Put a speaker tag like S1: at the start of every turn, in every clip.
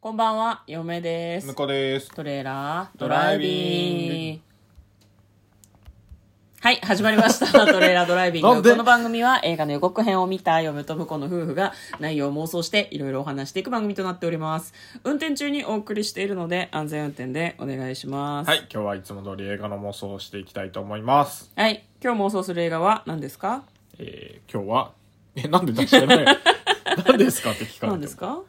S1: こんばんは、嫁です
S2: 向。こうです。
S1: トレーラードラ
S2: ラ
S1: イ
S2: イ
S1: ビ
S2: ビ
S1: ン
S2: ン
S1: グ。はい、始まりま した。トレーラードライビン
S2: なん
S1: グ。
S2: で
S1: この番組は映画の予告編を見た嫁と婿の夫婦が内容を妄想していろいろお話していく番組となっております。運転中にお送りしているので安全運転でお願いします。
S2: はい、今日はいつも通り映画の妄想をしていきたいと思います。
S1: はい。今日妄想する映画は何ですか
S2: えー、今日は、え、なんで出して ない何ですかって聞かれても
S1: 何ですか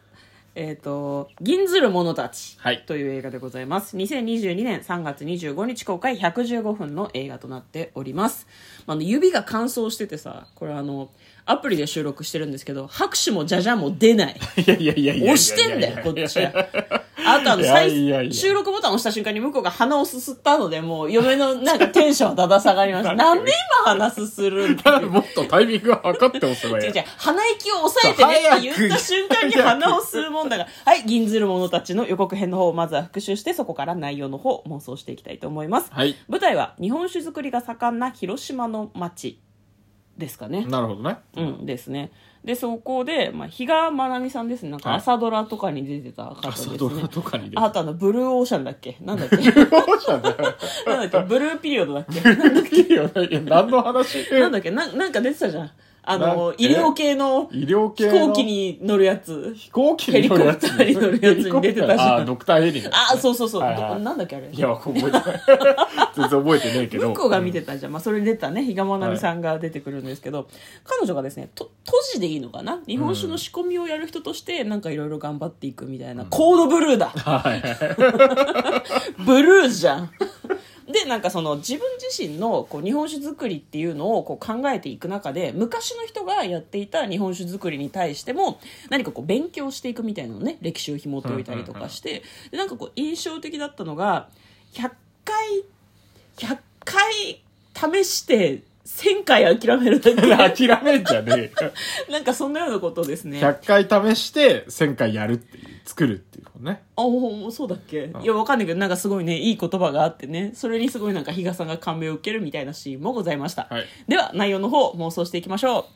S1: えっ、と「銀ずる者たち
S2: はい」
S1: という映画でございます、2022年3月25日公開115分の映画となっております、まあ、あの指が乾燥しててさこれあのアプリで収録してるんですけど拍手もじゃじゃも出ない
S2: いやいやいやいやいやいやいや。
S1: 押してんだよこっちはあとあの
S2: いや
S1: 再
S2: いやいや
S1: 収録ボタン押した瞬間に向こうが鼻をすすったのでもう嫁のなんかテンションだだ下がりま したなんで今鼻すするんだ
S2: もっとタイミングを測って押せばい
S1: 違う
S2: い
S1: 違。う鼻息を抑えてねって言った
S2: そう
S1: 瞬間に
S2: 早く
S1: 鼻を吸うもんだからはい銀ずる者たちの予告編の方をまずは復習してそこから内容の方を妄想していきたいと思います、
S2: はい。
S1: 舞台は日本酒造りが盛んな広島の町ですかね
S2: なるほどね。
S1: うんですねでそこで、まあ、比嘉愛未さんですねなんか
S2: はい
S1: 朝ドラとかに出てた方です
S2: 朝
S1: ね、
S2: ドラとかに出て
S1: あとあのブルーオーシャンだっけなん だっけ
S2: そうじゃない
S1: なんだっけブルーピリオドだっけ
S2: いいよねいや何の 話
S1: なんだっけななんか出てたじゃんあの
S2: なん
S1: 医療系の
S2: 医療
S1: 飛
S2: 系の
S1: 行機に乗るやつ
S2: 飛行機に乗るやつ
S1: ヘリコプターに乗るやつに出てたじゃん
S2: ヘリコプターあードクターヘリのやつね
S1: あそうそうそう、
S2: はいはい
S1: どなんだっけあれ
S2: いや覚 えてない全然覚えてないけど
S1: 向こうが見てたじゃん、まあ、それに出たね比嘉愛未さんが出てくるんですけど、彼女がですねと都市でいいのかな日本酒の仕込みをやる人としてなんかいろいろ頑張っていくみたいな、コードブルーだ
S2: はい
S1: ブルーじゃん でなんかその自分自身のこう日本酒作りっていうのをこう考えていく中で昔の人がやっていた日本酒作りに対しても何かこう勉強していくみたいなのね歴史を紐解いたりとかしてでなんかこう印象的だったのが100回100回試して1000回諦めるだけ
S2: 諦めんじゃねえよ
S1: なんかそんなようなことをですね
S2: 100回試して1000回やるっていう作るっていうことね
S1: あおおそうだっけいやわかんないけどなんかすごいねいい言葉があってねそれにすごいなんか比嘉さんが感銘を受けるみたいなシーンもございました、
S2: はい
S1: では内容の方妄想していきましょ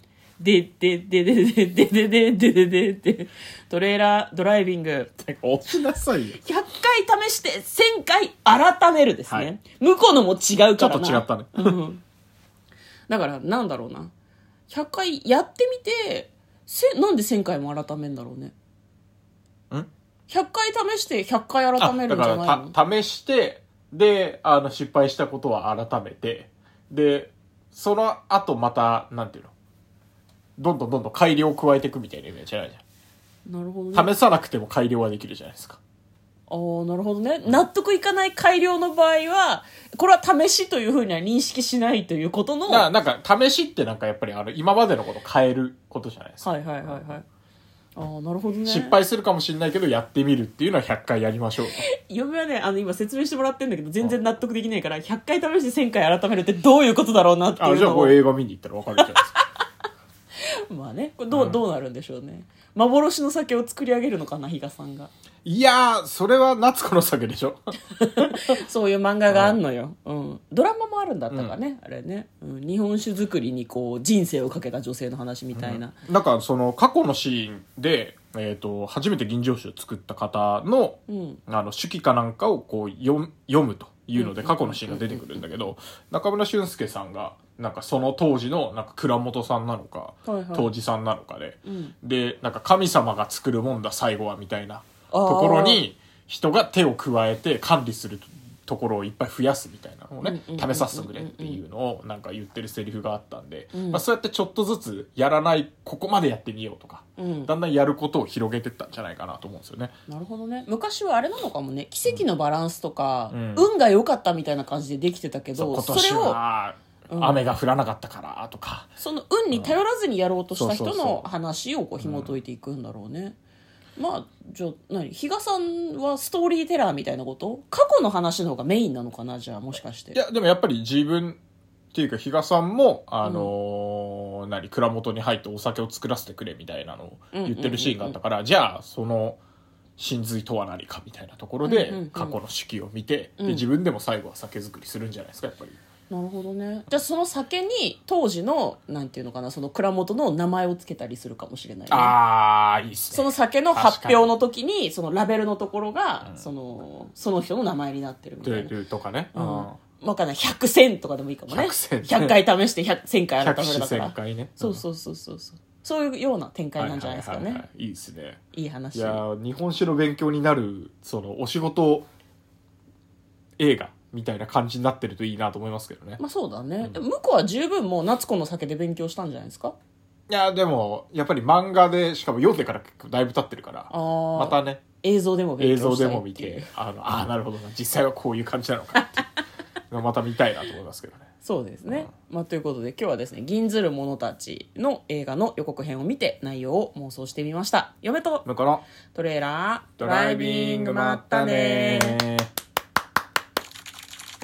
S1: うででででででででででででトレーラードライビング
S2: 押しなさいよ
S1: 100回試して1000回改めるですね、
S2: はい
S1: 向こうのも違う
S2: ちょ
S1: か
S2: っ
S1: ら
S2: と
S1: な
S2: 違ったね
S1: うんだからなんだろうな100回やってみてせなんで1000回も改めんだろうね
S2: ん
S1: 100回試して100回改めるんじゃないの
S2: た試してであの失敗したことは改めてでその後またなんていうのどんどんどんどん改良を加えていくみたいなイメージじゃないじ
S1: なるほどね
S2: ゃん試さなくても改良はできるじゃないですか
S1: ああなるほどね納得いかない改良の場合はこれは試しというふうには認識しないということの
S2: だからなんか試しってなんかやっぱりあの今までのこと変えることじゃないですか、
S1: はいはいはいはいああなるほどね
S2: 失敗するかもしれないけどやってみるっていうのは100回やりましょう
S1: 嫁はねあの今説明してもらってるんだけど全然納得できないから100回試して1000回改めるってどういうことだろうなってい
S2: あ
S1: う
S2: じゃあ
S1: の
S2: こ
S1: を
S2: れ映画見に行ったら分かるじゃないですか
S1: まあねこれどう,、どうなるんでしょうね幻の酒を作り上げるのかな比嘉さんが
S2: いやーそれは夏子の酒でしょ
S1: そういう漫画があんのよ、うん、ドラマもあるんだったかね、あれね、うん、日本酒作りにこう人生をかけた女性の話みたいな、
S2: なんかその過去のシーンで、えー、と初めて吟醸酒を作った方の,、
S1: ん
S2: あの手記かなんかをこう読む読むというので過去のシーンが出てくるんだけど中村俊輔さんがなんかその当時のなんか蔵元さんなのか、
S1: はいはい
S2: 当時さんなのかで、
S1: ん
S2: でなんか神様が作るもんだ最後はみたいな
S1: あー
S2: ところに人が手を加えて管理するところをいっぱい増やすみたいなのをね
S1: うんうんうんうん
S2: 試させてくれっていうのをなんか言ってるセリフがあったんで、
S1: ん
S2: まあ、そうやってちょっとずつやらないここまでやってみようとか、
S1: うん
S2: だんだんやることを広げてったんじゃないかなと思うんですよね。
S1: なるほどね昔はあれなのかもね奇跡のバランスとか、
S2: うん
S1: 運が良かったみたいな感じでできてたけ
S2: そう
S1: ど
S2: 今
S1: そ
S2: 年
S1: れを
S2: は
S1: うん
S2: 雨が降らなかったからとか、
S1: その運に頼らずにやろうとした人
S2: そうそう
S1: の
S2: そう
S1: 話をこう紐解いていくんだろうね、まあじゃあ何比嘉さんはストーリーテラーみたいなこと過去の話の方がメインなのかなじゃあもしかして
S2: いやでもやっぱり自分っていうか比嘉さんもあのー何蔵元に入ってお酒を作らせてくれみたいなのを言ってるシーンがあったから、じゃあその真髄とは何かみたいなところ
S1: うんうんうん
S2: で過去の手記を見て、
S1: うん
S2: で自分でも最後は酒造りするんじゃないですかやっぱり。
S1: なるほどねじゃあその酒に当時のなんていうのかなその蔵元の名前をつけたりするかもしれない、ね、
S2: ああいいっすね
S1: その酒の発表の時にそのラベルのところが、そのその人の名前になってるみ
S2: ド
S1: た
S2: ゥ
S1: いな、
S2: ドゥとかね、う
S1: うん
S2: ん、
S1: わかんない100選とかでもいいかもね
S2: 100選
S1: 回試して100 1000回改
S2: 百
S1: める
S2: 視
S1: だから
S2: 旋回ね
S1: そうそうそうそうそうそういうような展開なんじゃないですかね、
S2: は
S1: い
S2: いはいはいはいいいですね
S1: い、
S2: い
S1: 話
S2: やー日本史の勉強になるそのお仕事映画みたいな感じになってるといいなと思いますけどね、
S1: まあそうだね、
S2: う
S1: 向こうは十分もう夏子の酒で勉強したんじゃないですか
S2: いやーでもやっぱり漫画でしかも読んでから結構だいぶ経ってるから
S1: あー
S2: またね
S1: 映像でも
S2: 映
S1: 勉強
S2: 像
S1: した
S2: で
S1: いっていう
S2: も見てあのあーなるほどな実際はこういう 感じなのかっていうのをまた見たいなと思いますけどね
S1: そうですね、まあ、ということで今日はですね「銀ずる者たち」の映画の予告編を見て内容を妄想してみました嫁と
S2: だから
S1: トレーラード
S2: ドライビングまったねー